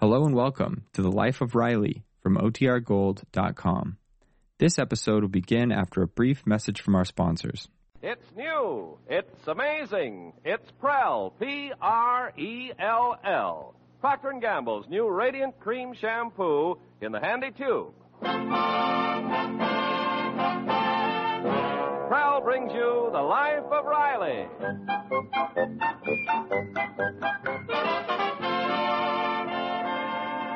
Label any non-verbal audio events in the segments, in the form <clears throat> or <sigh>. Hello and welcome to The Life of Riley from OTRGold.com. This episode will begin after a brief message from our sponsors. It's new. It's amazing. It's Prell. P R E L L. Procter and Gamble's new Radiant Cream Shampoo in the handy tube. Prell brings you the life of Riley.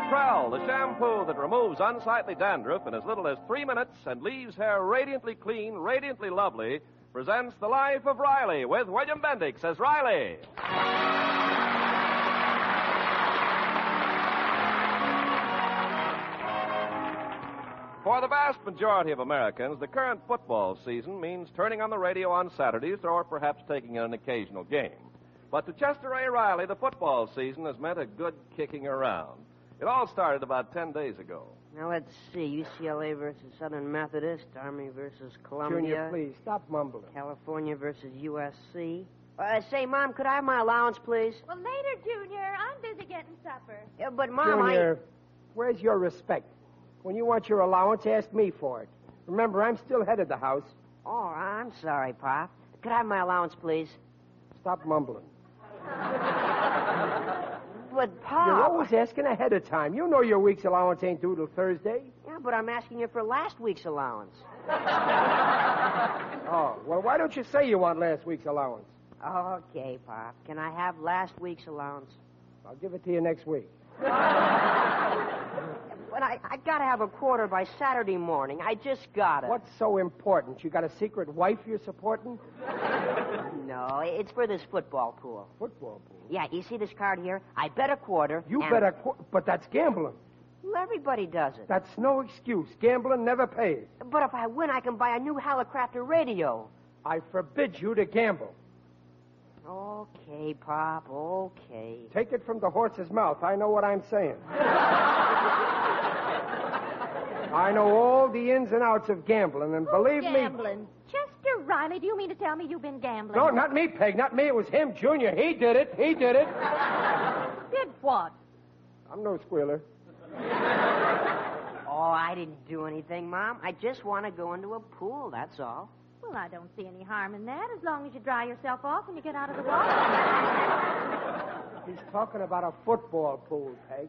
Prell, the shampoo that removes unsightly dandruff in as little as three minutes and leaves hair radiantly clean, radiantly lovely, presents The Life of Riley with William Bendix as Riley. For the vast majority of Americans, the current football season means turning on the radio on Saturdays or perhaps taking in an occasional game. But to Chester A. Riley, the football season has meant a good kicking around. It all started about 10 days ago. Now let's see. UCLA versus Southern Methodist, Army versus Junior, Columbia, please stop mumbling. California versus USC. Uh, say, Mom, could I have my allowance, please? Well, later, Junior. I'm busy getting supper. Yeah, but Mom, Junior, where's your respect? When you want your allowance, ask me for it. Remember, I'm still head of the house. I. Oh, I'm sorry, Pop. Could I have my allowance, please? Stop mumbling. But Pop. You're always asking ahead of time. You know your week's allowance ain't due till Thursday. Yeah, but I'm asking you for last week's allowance. <laughs> Oh, well, why don't you say you want last week's allowance? Okay, Pop. Can I have last week's allowance? I'll give it to you next week. But I, I gotta have a quarter by Saturday morning. I just gotta. What's so important? You got a secret wife you're supporting? <laughs> No, it's for this football pool. Football pool. Yeah, you see this card here? I bet a quarter. You and- bet a qu- but that's gambling. Well, everybody does it. That's no excuse. Gambling never pays. But if I win, I can buy a new Hallicrafter radio. I forbid you to gamble. Okay, Pop, okay. Take it from the horse's mouth. I know what I'm saying. I know all the ins and outs of gambling, and believe me. gambling. Chester Riley, do you mean to tell me you've been gambling? No, not me, Peg. Not me. It was him, Junior. He did it. He did it. Did what? I'm no squealer. Oh, I didn't do anything, Mom. I just want to go into a pool, that's all. Well, I don't see any harm in that as long as you dry yourself off when you get out of the water. He's talking about a football pool, Peg.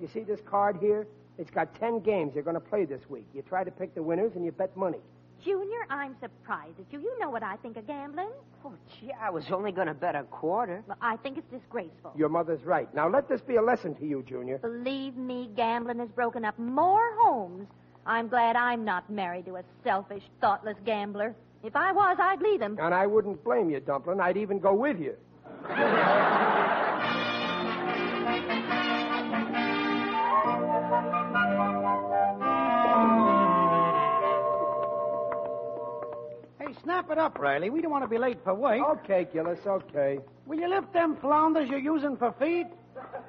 You see this card here? It's got ten games they're going to play this week. You try to pick the winners, and you bet money. Junior, I'm surprised at you. You know what I think of gambling. Oh, gee, I was only going to bet a quarter. Well, I think it's disgraceful. Your mother's right. Now let this be a lesson to you, Junior. Believe me, gambling has broken up more homes. I'm glad I'm not married to a selfish, thoughtless gambler. If I was, I'd leave him. And I wouldn't blame you, Dumplin'. I'd even go with you. Hey, snap it up, Riley. We don't want to be late for work. Okay, Gillis. Okay. Will you lift them flounders you're using for feet?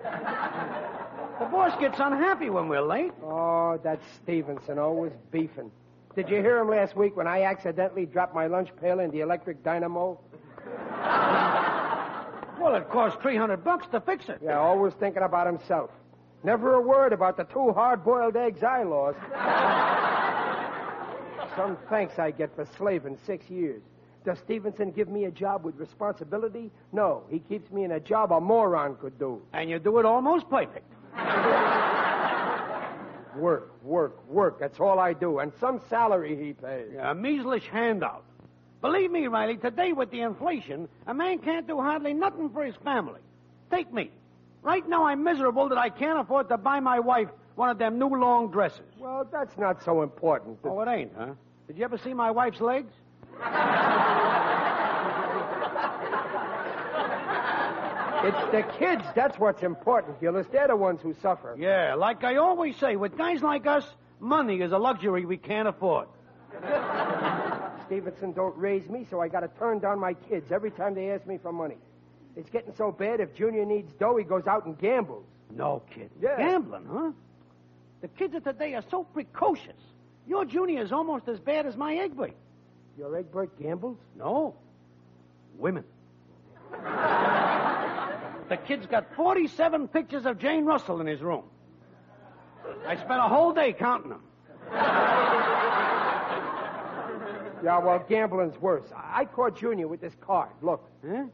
the boss gets unhappy when we're late. Oh, that's Stevenson, always beefing. Did you hear him last week when I accidentally dropped my lunch pail in the electric dynamo? <laughs> Well, it costs 300 bucks to fix it. Yeah, always thinking about himself. Never a word about the two hard boiled eggs I lost. Some thanks I get for slaving six years. Does Stevenson give me a job with responsibility? No, he keeps me in a job a moron could do. And you do it almost perfect. Work, work, work. That's all I do. And some salary he pays. A measlish handout. Believe me, Riley, today with the inflation, a man can't do hardly nothing for his family. Take me. Right now, I'm miserable that I can't afford to buy my wife one of them new long dresses. Well, that's not so important. Oh, it ain't, huh? Did you ever see my wife's legs? It's the kids. That's what's important, Gillis. They're the ones who suffer. Yeah, like I always say, with guys like us, money is a luxury we can't afford. Stevenson don't raise me, so I got to turn down my kids every time they ask me for money. It's getting so bad if Junior needs dough, he goes out and gambles. No kidding. Yeah. Gambling, huh? The kids of today are so precocious. Your junior is almost as bad as my Egbert. Your Egbert gambles? No. Women. <laughs> The kid's got 47 pictures of Jane Russell in his room. I spent a whole day counting them. Yeah, well, gambling's worse. I, I caught Junior with this card. Look. Huh?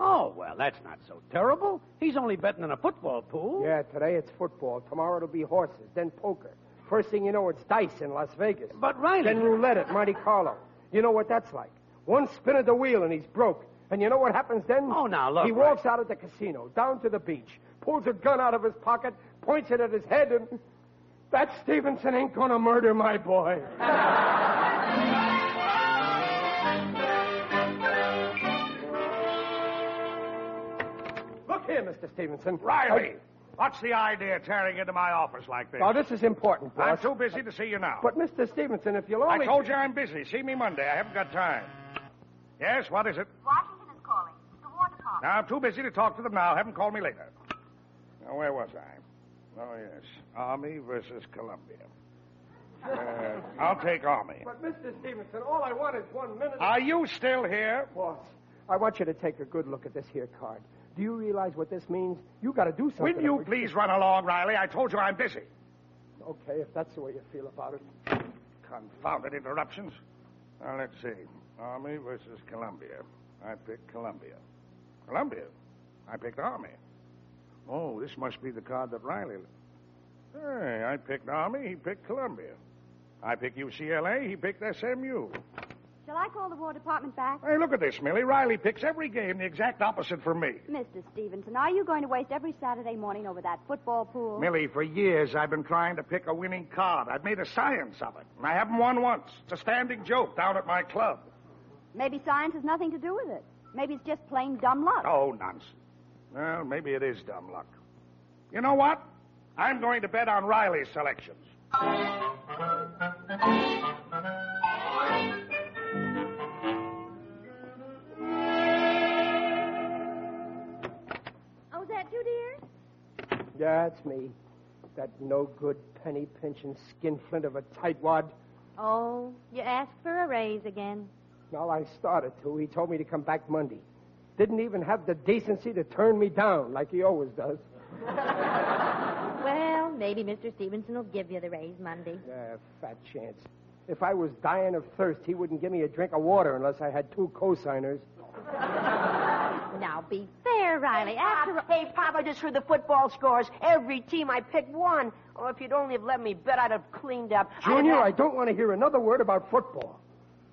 Oh, well, that's not so terrible. He's only betting in a football pool. Yeah, today it's football. Tomorrow it'll be horses, then poker. First thing you know, it's dice in Las Vegas. But Riley, Then roulette at Monte Carlo. You know what that's like. One spin of the wheel and he's broke. And you know what happens then? Oh, now, look, He Riley. walks out of the casino, down to the beach, pulls a gun out of his pocket, points it at his head, and. That Stevenson ain't gonna murder <laughs> my boy. Look here, Mr. Stevenson. Riley, what's the idea of tearing into my office like this? Now, this is important, I'm boss. too busy to see you now. But, Mr. Stevenson, if you'll I only. <laughs> told you I'm busy. See me Monday. I haven't got time. Yes, what is it? Washington is calling. The War Department. Now, I'm too busy to talk to them now. Have them call me later. Now, where was I? Oh, yes. Army versus Columbia. Uh, I'll take Army. But, Mr. Stevenson, all I want is one minute. Are you still here? Boss, I want you to take a good look at this here card. Do you realize what this means? You got to do something. Will you about it. please run along, Riley? I told you I'm busy. Okay, if that's the way you feel about it. Confounded interruptions. Now, let's see. Army versus Columbia. I picked Columbia. Columbia? I picked Army. Oh, this must be the card that Riley. Hey, I picked Army, he picked Columbia. I picked UCLA, he picked SMU. Shall I call the War Department back? Hey, look at this, Millie. Riley picks every game the exact opposite from me. Mr. Stevenson, are you going to waste every Saturday morning over that football pool? Millie, for years I've been trying to pick a winning card. I've made a science of it, and I haven't won once. It's a standing joke down at my club. Maybe science has nothing to do with it. Maybe it's just plain dumb luck. Oh, nonsense. Well, maybe it is dumb luck. You know what? I'm going to bet on Riley's selections. Oh, is that you, dear? That's me. That no good penny pinching skinflint of a tightwad. Oh, you asked for a raise <laughs> again. Well, I started to. He told me to come back Monday. Didn't even have the decency to turn me down like he always does. Well, maybe Mr. Stevenson will give you the raise Monday. Yeah, fat <laughs> chance. If I was dying of thirst, he wouldn't give me a drink of water unless I had two cosigners. Now, be fair, Riley. After all, hey, Pop, I just heard the football scores. Every team I picked won. Oh, if you'd only have let me bet, I'd have cleaned up. I'd have Junior, had- I don't want to hear another word about football.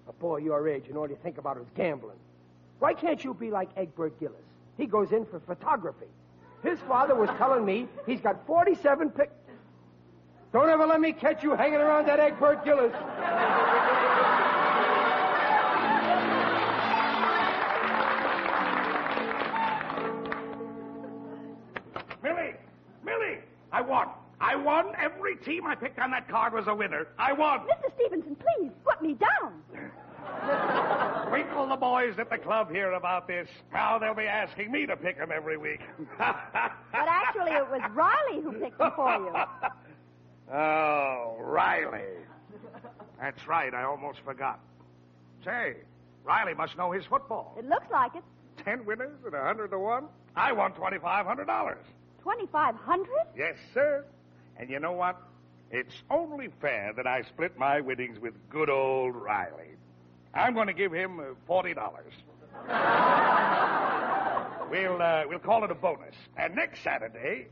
A boy your age and all you think about is gambling. Why can't you be like Egbert Gillis? He goes in for photography. His father was telling me he's got 47 pic. Don't ever let me catch you hanging around that Egbert Gillis. Millie! Millie! I won. I won. Every team I picked on that card was a winner. I won. Mr. Stevenson, please, put me down. Wait till the boys at the club hear about this. Now they'll be asking me to pick 'em every week. <laughs> But actually, it was Riley who picked them for you. oh, Riley. That's right. I almost forgot. Say, Riley must know his football. It looks like it. Ten winners and a hundred to one. I won twenty-five hundred dollars. 2500 Yes, sir. And you know what? It's only fair that I split my winnings with good old Riley. I'm going to give him uh, forty dollars. we'll uh, we'll call it a bonus. And next Saturday,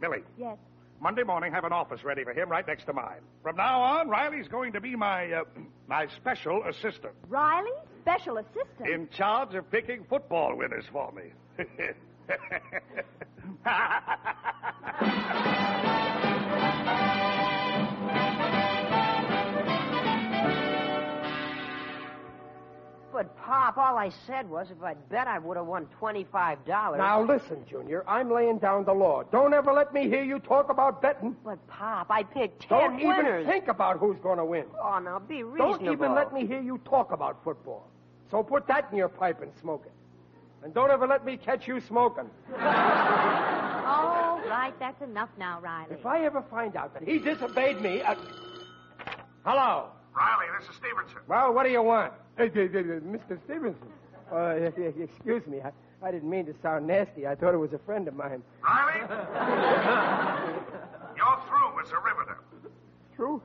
Millie, Yes. Monday morning, have an office ready for him right next to mine. From now on, Riley's going to be my uh, <clears throat> my special assistant Riley, special assistant. in charge of picking football winners for me. <laughs> But, Pop, all I said was if I'd bet, I would have won $25. Now listen, Junior. I'm laying down the law. Don't ever let me hear you talk about betting. But, Pop, I picked 10 Don't even winners. think about who's going to win. Oh, now be reasonable. Don't even let me hear you talk about football. So put that in your pipe and smoke it. And don't ever let me catch you smoking. all right, that's enough now, Riley. If I ever find out that he disobeyed me, uh, I... hello. Riley, this is Stevenson. Well, what do you want, Uh, uh, uh, Mr. Stevenson? Uh, Oh, <laughs> excuse me. I, I didn't mean to sound nasty. I thought it was a friend of mine. Riley? <laughs> <laughs> You're through, <laughs> Mr. Riveter. True?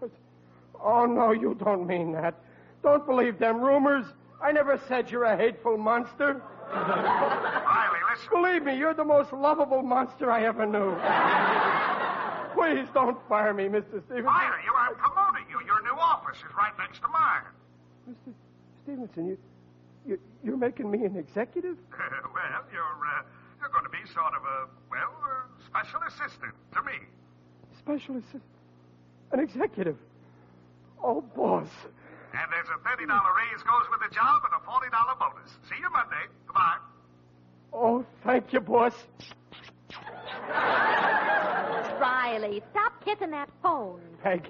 Oh, no, you don't mean that. Don't believe them rumors. I never said you're a hateful monster. Riley, listen. Believe me, you're the most lovable monster I ever knew. Please don't fire me, Mr. Stevenson. Riley, you, I'm promoting you. Your new office is right next to mine. <laughs> Mr. Stevenson, you, you, you're making me an executive? well, you're, uh, you're going to be sort of a, well, uh, special assistant to me. Special assistant? An executive? Oh, boss. And there's a $30 raise goes with the job and a $40 bonus. See you Monday. Goodbye. Oh, thank you, boss. Riley, stop kissing that phone. Peg.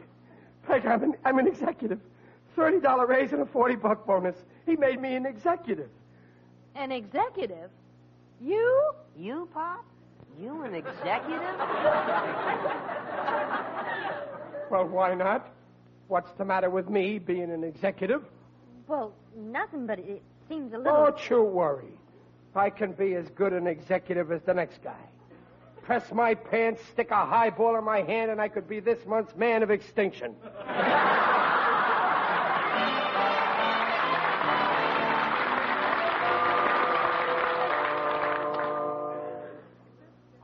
Peg, I'm an, I'm an executive. $30 raise and a 40 buck bonus. He made me an executive. An executive? You? You, Pop? You an <laughs> executive? Well, why not? What's the matter with me being an executive? Well, nothing, but it seems a little. Don't you worry. I can be as good an executive as the next guy. Press my pants, stick a highball in my hand, and I could be this month's man of extinction.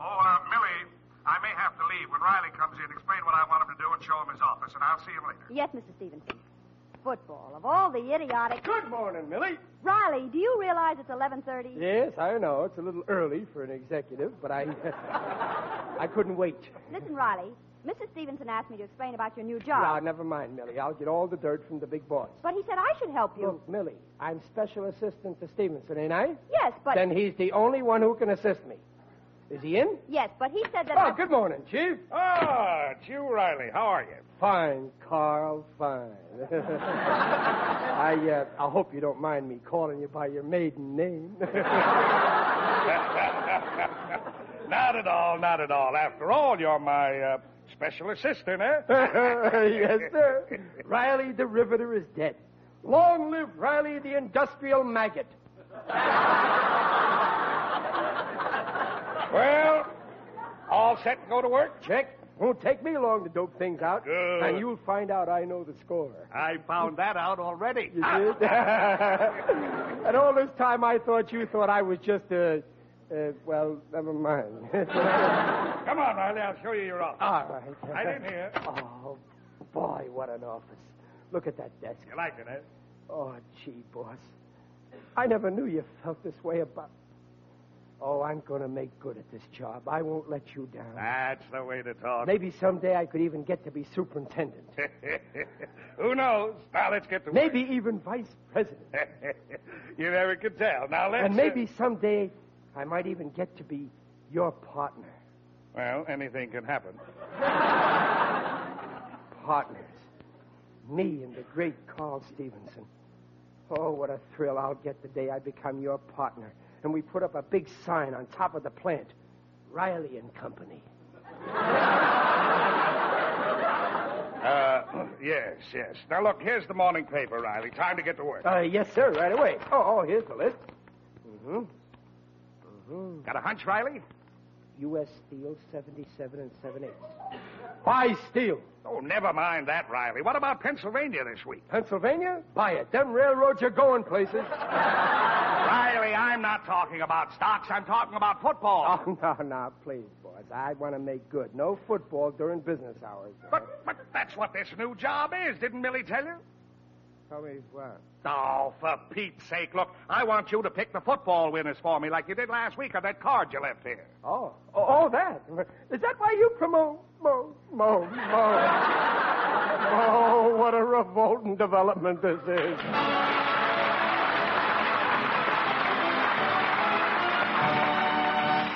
Oh, uh, Millie, I may have to leave. When Riley comes in, explain what I want him to do and show him his office, and I'll see him later. Yes, Mr. Stevenson. Football. Of all the idiotic. Good morning, Millie. Riley, do you realize it's 11.30? Yes, I know. It's a little early for an executive, but I. <laughs> I couldn't wait. Listen, Riley, Mrs. Stevenson asked me to explain about your new Ah, job. never mind, Millie. I'll get all the dirt from the big boss. But he said I should help you. Look, Millie, I'm special assistant to Stevenson, ain't I? yes, but... Then he's the only one who can assist me. Is he in? Yes, but he said that Oh, I... good morning, Chief. Ah, it's you, Riley. How are <laughs> you? Fine, Carl, fine. I, uh, I hope you don't mind me calling you by your maiden name. not at all, not at all. After all, you're my uh, special assistant, eh? <laughs> yes, <laughs> sir. Riley the Riveter is dead. Long live Riley the Industrial Maggot. Well, all set to go to work? Check. Won't take me long to dope things out. Good. And you'll find out I know the score. I found that out already. You did? <laughs> and all this time I thought you thought I was just a. Uh, well, never mind. <laughs> Come on, Riley. I'll show you your office. all right. Right in here. Oh, boy, what an office. Look at that desk. You like it, eh? Oh, gee, boss. I never knew you felt this way about. Oh, I'm going to make good at this job. I won't let you down. That's the way to talk. Maybe someday I could even get to be superintendent. <laughs> Who knows? Now let's get to work. Maybe even vice president. <laughs> you never could tell. Now let's. And uh, maybe someday I might even get to be your partner. well, anything can happen. partners. Me and the great Carl Stevenson. Oh, what a thrill I'll get the day I become your partner. And we put up a big sign on top of the plant Riley and Company. Uh, <clears throat> yes, yes. Now look, here's the morning paper, Riley. Time to get to work. Uh, yes, sir, right away. Oh, oh here's the list Mm-hmm. Got a hunch, Riley? U.S. Steel 77 and 78. Buy steel. Oh, never mind that, Riley. What about Pennsylvania this week? <laughs> Pennsylvania? Buy it. Them railroads are going places. Riley, I'm not talking about stocks. I'm talking about football. Oh, <laughs> no, no, please, boys. I want to make good. No football during business hours. But, but that's what this new job is. Didn't Millie tell you? Tell me what? Oh, for Pete's sake, look, I want you to pick the football winners for me like you did last week on that card you left here. Oh, oh, oh, that. Is that why you promote Mo Mo <laughs> Mo? oh, what a revolting development this is.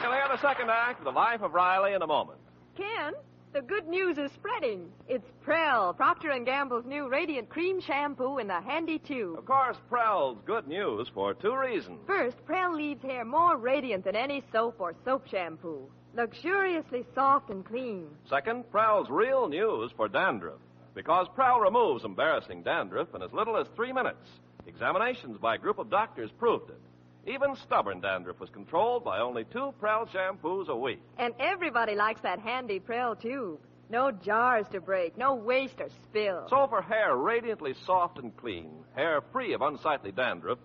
You'll hear the second act of The Life of Riley in a moment. Ken, the good news is spreading. It's Prell, Procter & Gamble's new Radiant Cream Shampoo in the handy Of tube. course, Prell's good news for two reasons. First, Prell leaves hair more radiant than any soap or soap shampoo. Luxuriously soft and clean. Second, Prell's real news for dandruff. Because Prell removes embarrassing dandruff in as little as three minutes. Examinations by a group of doctors proved it. Even stubborn dandruff was controlled by only two Prel shampoos a week. And everybody likes that handy Prel tube. No jars to break, no waste or spill. So for hair radiantly soft and clean, hair free of unsightly dandruff,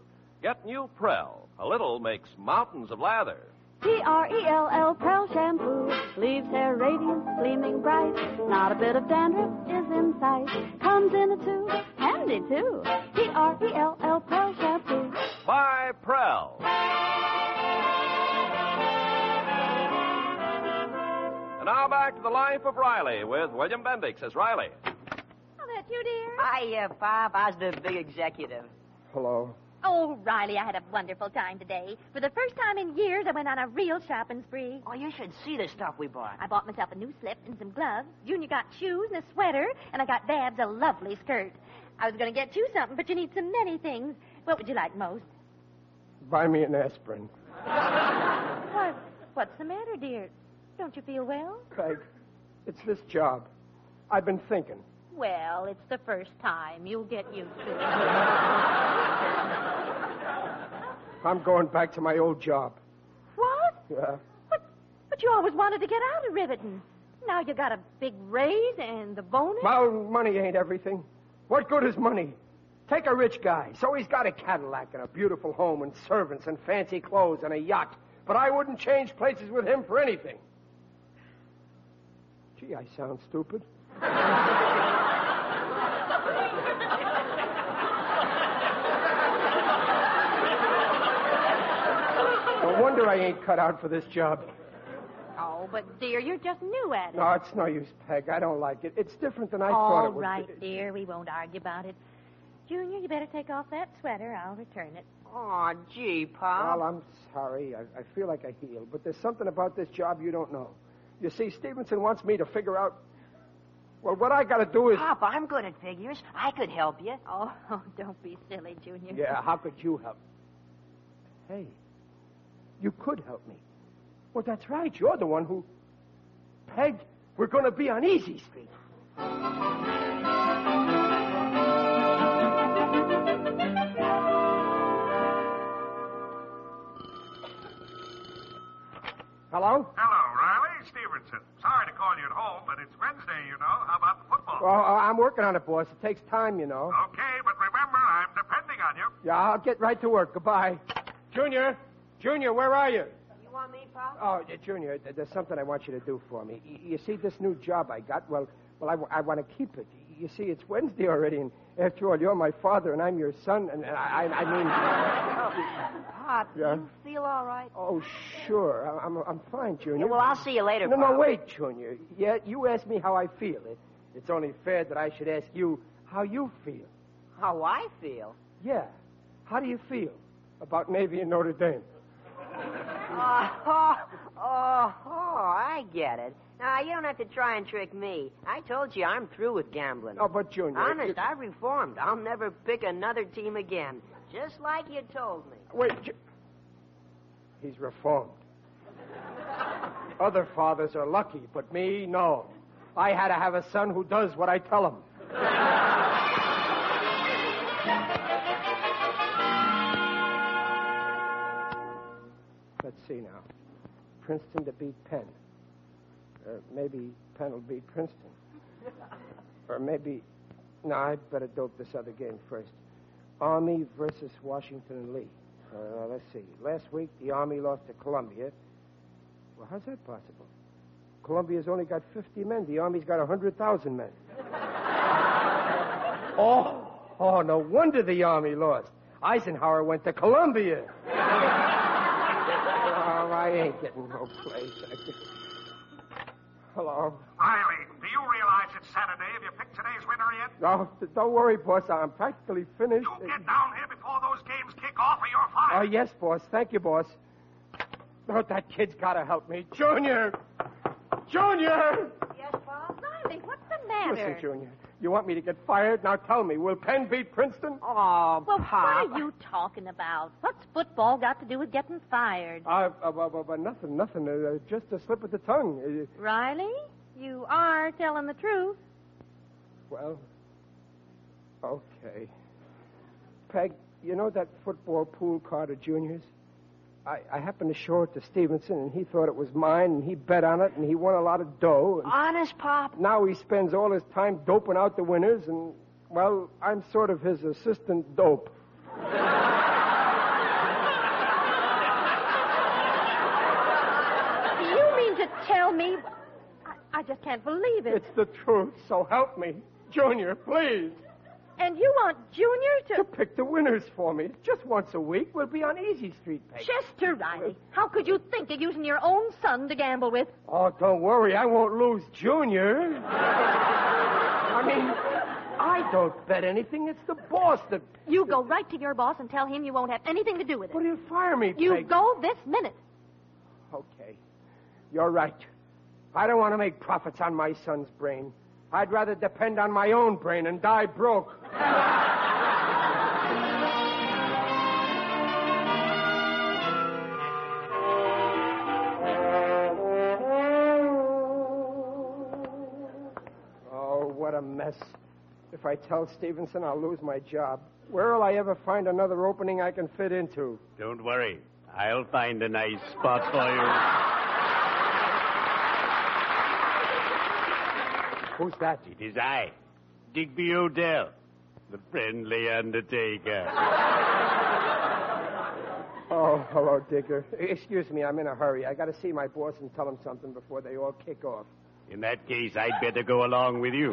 get new Prel. A little makes mountains of lather. P-R-E-L-L, Prel shampoo. Leaves hair radiant, gleaming bright. Not a bit of dandruff is in sight. Comes in a tube, handy too. E P-R-E-L-L, Prel shampoo. Buy Prel. And now back to the life of Riley with William Bendix as Riley. Oh, that you, dear? Hiya, Pop. How's the big executive? Hello. Oh, Riley, I had a wonderful time today. For the first time in years, I went on a real shopping spree. Oh, you should see the stuff we bought. I bought myself a new slip and some gloves. Junior got shoes and a sweater, and I got Babs a lovely skirt. I was going to get you something, but you need so many things. What would you like most? Buy me an aspirin. Why, what's the matter, dear? Don't you feel well? Peg, it's this job. I've been thinking. Well, it's the first time. You'll get used to it. I'm going back to my old job. What? Yeah. But, but you always wanted to get out of Riverton. Now you got a big raise and the bonus. My own money ain't everything. What good is money? Take a rich guy. So he's got a Cadillac and a beautiful home and servants and fancy clothes and a yacht. But I wouldn't change places with him for anything. Gee, I sound stupid. no wonder I ain't cut out for this job. Oh, but dear, you're just new at it. No, it's no use, Peg. I don't like it. It's different than I thought All it would right, be. dear, we won't argue about it. Junior, you better take off that sweater. I'll return it. Oh, gee, Pop. Well, I'm sorry. I, I feel like a heel, but there's something about this job you don't know. You see, Stevenson wants me to figure out. Well, what I got to do is. Pop, I'm good at figures. I could help you. Oh, <laughs> don't be silly, Junior. Yeah, how could you help? Hey, you could help me. Well, that's right. You're the one who. Peg, we're going to be on Easy Street. Hello? Hello, Riley. Stevenson. Sorry to call you at home, but it's Wednesday, you know. How about the Oh. football? Well, I- I'm working on it, boss. It takes time, you know. Okay, but remember, I'm depending on you. Yeah, I'll get right to work. Goodbye. Junior, Junior, where are you? You want me, Pop? Oh, uh, Junior, th- there's something I want you to do for me. Y- You see, this new job I got, well, well, I, w- I want to keep it. Y- You see, it's Wednesday already, and after all, you're my father, and I'm your son, and I, I, I mean, Pop, Yeah? you feel all right? oh, sure, I- I'm, I'm fine, Junior. Yeah, well, I'll see you later, No, Pop. no, wait, Junior. Yeah, you asked me how I feel. It, it's only fair that I should ask you how you feel. How I feel? Yeah, how do you feel about Navy and Notre Dame? Oh, oh, <laughs> oh, oh, I get it. Now, you don't have to try and trick me. I told you I'm through with gambling. Oh, but Junior, Honest, you- I reformed. I'll never pick another team again. Just like you told me. Wait. J- He's reformed. Other fathers are lucky, but me, no. I had to have a son who does what I tell him. Let's see now. Princeton to beat Penn. Or maybe Penn will beat Princeton. Or maybe. No, I'd better dope this other game first. Army versus Washington and Lee. Uh, let's see. Last week, the Army lost to Columbia. Well, how's that possible? Columbia's only got 50 men. The Army's got 100,000 men. oh, <laughs> oh, no wonder the Army lost. Eisenhower went to Columbia. oh, I ain't getting no place. Hello. Riley, do you realize it's Saturday? Have you picked today's winner yet? No, th- don't worry, boss. I'm practically finished. You get down here before those games kick off or you're fired. Oh, yes, boss. Thank you, boss. Oh, that kid's got to help me. Junior! Junior! Yes, Pop? Riley, what's the matter? Listen, Junior. You want me to get fired? Now tell me, will Penn beat Princeton? Ah, Oh, well, what Pop. are you talking about? What's football got to do with getting fired? Uh, uh, uh, uh, uh, nothing, nothing. Uh, uh, just a slip of the tongue. Uh, Riley, you are telling the truth. well, okay. Peg, you know that football pool card of Junior's? I, I happened to show it to Stevenson, and he thought it was mine, and he bet on it, and he won a lot of dough. And Honest, Pop? now he spends all his time doping out the winners, and, well, I'm sort of his assistant dope. Do you mean to tell me? I, I just can't believe it. It's the truth, so help me. Junior, please. And you want Junior to. You pick the winners for me. Just once a week, we'll be on Easy Street, Peg. Chester Riley, how could you think of using your own son to gamble with? Oh, don't worry, I won't lose Junior. I mean, I don't bet anything. It's the boss that. You go right to your boss and tell him you won't have anything to do with But it. he'll fire me, Peg. You go this minute. Okay. You're right. I don't want to make profits on my son's brain. I'd rather depend on my own brain and die broke. oh, what a mess. If I tell Stevenson, I'll lose my job. Where'll I ever find another opening I can fit into? Don't worry. I'll find a nice spot for Who's that? you. It is I, Digby Odell, the friendly undertaker. Oh, hello, Digger. Excuse me, I'm in a hurry. I gotta see my boss and tell him something before they all kick off. In that case, I'd better go along with you.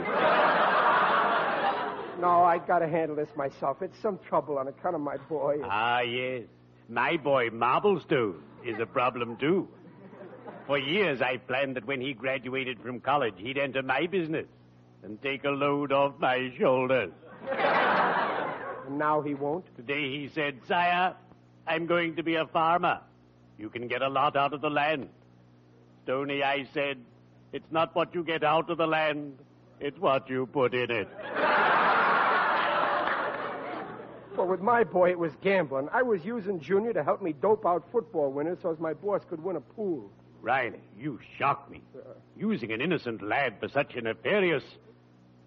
No, I gotta handle this myself. It's some trouble on account of my boy. Ah, yes. My boy Marblestone is a problem, too. For years, I planned that when he graduated from college, he'd enter my business and take a load off my shoulders. And now he won't? Today he said, Sire, I'm going to be a farmer. You can get a lot out of the land. Stony, I said, it's not what you get out of the land, it's what you put in it. Well, with my boy, it was gambling. I was using Junior to help me dope out football winners so as my boss could win a pool. Riley, you shock me. Using an innocent lad for such a nefarious.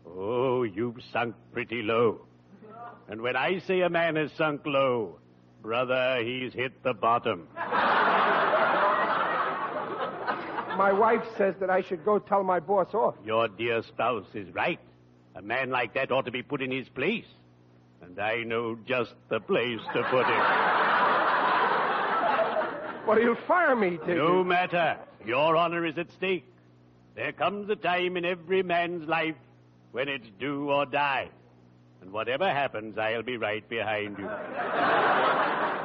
Oh, you've sunk pretty low. And when I say a man has sunk low, brother, he's hit the bottom. My wife says that I should go tell my boss off. Your dear spouse is right. A man like that ought to be put in his place. And I know just the place to put him. But he'll fire me, Digger. no matter. Your honor is at stake. There comes a time in every man's life when it's do or die. And whatever happens, I'll be right behind you.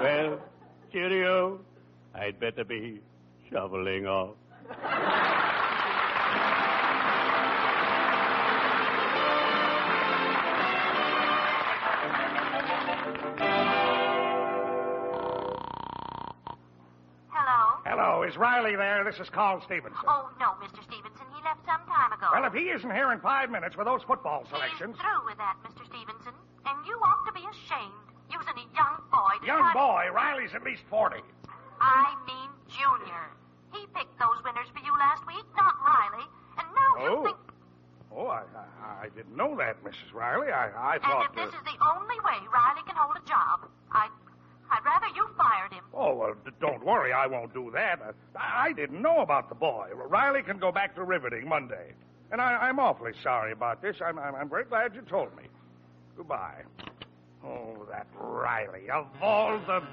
well, cheerio. I'd better be shoveling off. Hello? Hello, is Riley there? This is Carl Stevenson. Oh, no, Mr. Stevenson. He left some time ago. Well, if he isn't here in five minutes with those He football is selections. through with that, Mr. Stevenson. And you ought to be ashamed. Using a young boy. to Young try to- boy, Riley's at least 40. I mean Junior. He picked those winners for you last week, not Riley. And now Oh. you think... Oh, I, I, I didn't know that, Mrs. Riley. I, I And thought. if this uh, is the only way Riley can hold a job, I'd, I'd rather you fired him. Oh, well, d- don't worry. I won't do that. Uh, I, I didn't know about the boy. Riley can go back to riveting Monday. And I, I'm awfully sorry about this. I'm, I'm, I'm very glad you told me. Goodbye. Oh, that Riley, of all the.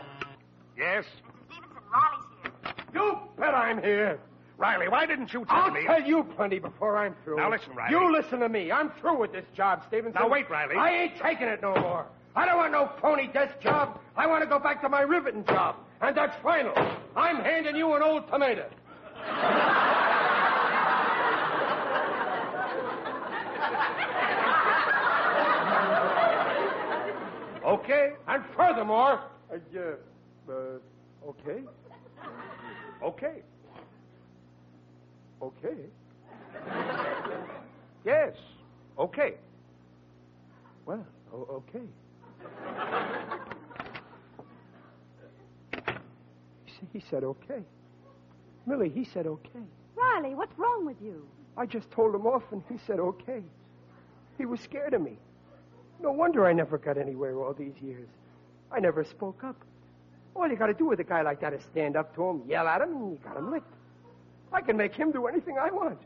Yes? Mr. Stevenson, Riley's here. You bet I'm here. Riley, why didn't you tell I'll me? tell you plenty before I'm through. Now listen, Riley. You listen to me. I'm through with this job, Stevenson. Now wait, Riley. I ain't taking it no more. I don't want no phony desk job. I want to go back to my riveting job. And that's final. I'm handing you an old tomato. Okay. And furthermore, uh, yeah, uh, okay, Okay. okay. Yes. Okay. Well, o- okay. He s- He said okay. Millie, he said okay. Riley, what's wrong with you? I just told him off, and he said okay. He was scared of me. No wonder I never got anywhere all these years. I never spoke up. All you got to do with a guy like that is stand up to him, yell at him, and you got him licked. I can make him do anything I want.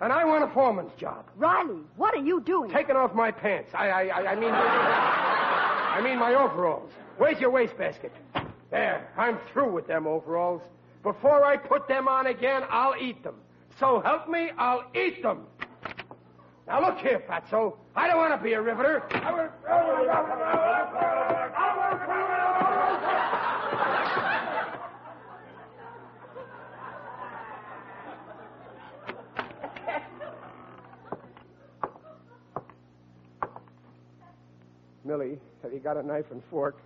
And I want a foreman's job. Riley, what are you doing? Taking off my pants. I, I, I, I mean, I mean my overalls. Where's your wastebasket? There, I'm through with them overalls. Before I put them on again, I'll eat them. So help me, I'll eat them. Now look here, Fatso. I don't want to be a riveter. I want- Millie, have you got a knife and fork?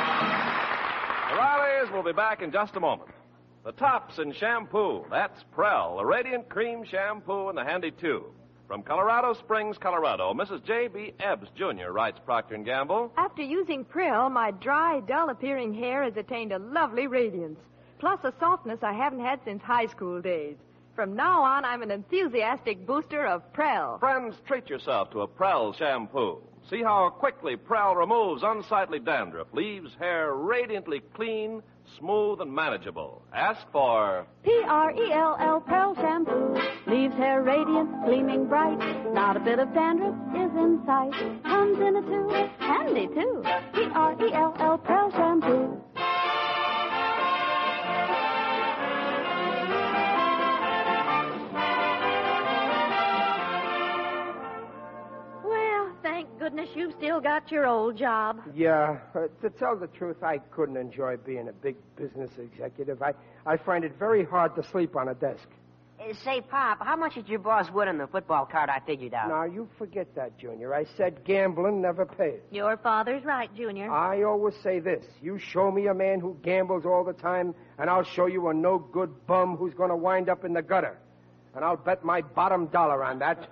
The Rileys will be back in just a moment. The tops in shampoo. That's Prel, the radiant cream shampoo in the handy tube. From Colorado Springs, Colorado, Mrs. J.B. Ebbs, Jr. writes Procter & Gamble. After using Prill, my dry, dull appearing hair has attained a lovely radiance, plus a softness I haven't had since high school days. From now on, I'm an enthusiastic booster of Prel. Friends, treat yourself to a Prel shampoo. See how quickly Prel removes unsightly dandruff, leaves hair radiantly clean, smooth, and manageable. Ask for P-R-E-L-L E Pearl Shampoo leaves hair radiant, gleaming bright. Not a bit of dandruff is in sight. Comes in a tube, handy too. P-R-E-L-L Pearl Shampoo. Well, thank goodness you've still got your old job. Yeah, uh, to tell the truth, I couldn't enjoy being a big business executive. I, I find it very hard to sleep on a desk. Uh, say, Pop, how much did your boss win on the football card I figured out? Now, you forget that, Junior. I said gambling never pays. Your father's right, Junior. I always say this you show me a man who gambles all the time, and I'll show you a no good bum who's going to wind up in the gutter. And I'll bet my bottom dollar on that.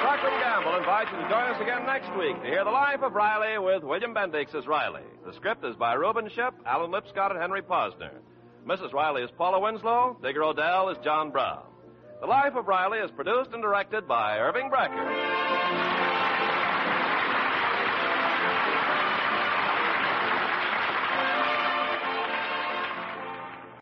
Procter & Gamble invites you to join us again next week to hear The Life of Riley with William Bendix as Riley. The script is by Reuben Shep, Alan Lipscott, and Henry Posner. Mrs. Riley is Paula Winslow. Digger Odell is John Brown. The Life of Riley is produced and directed by Irving Brecker.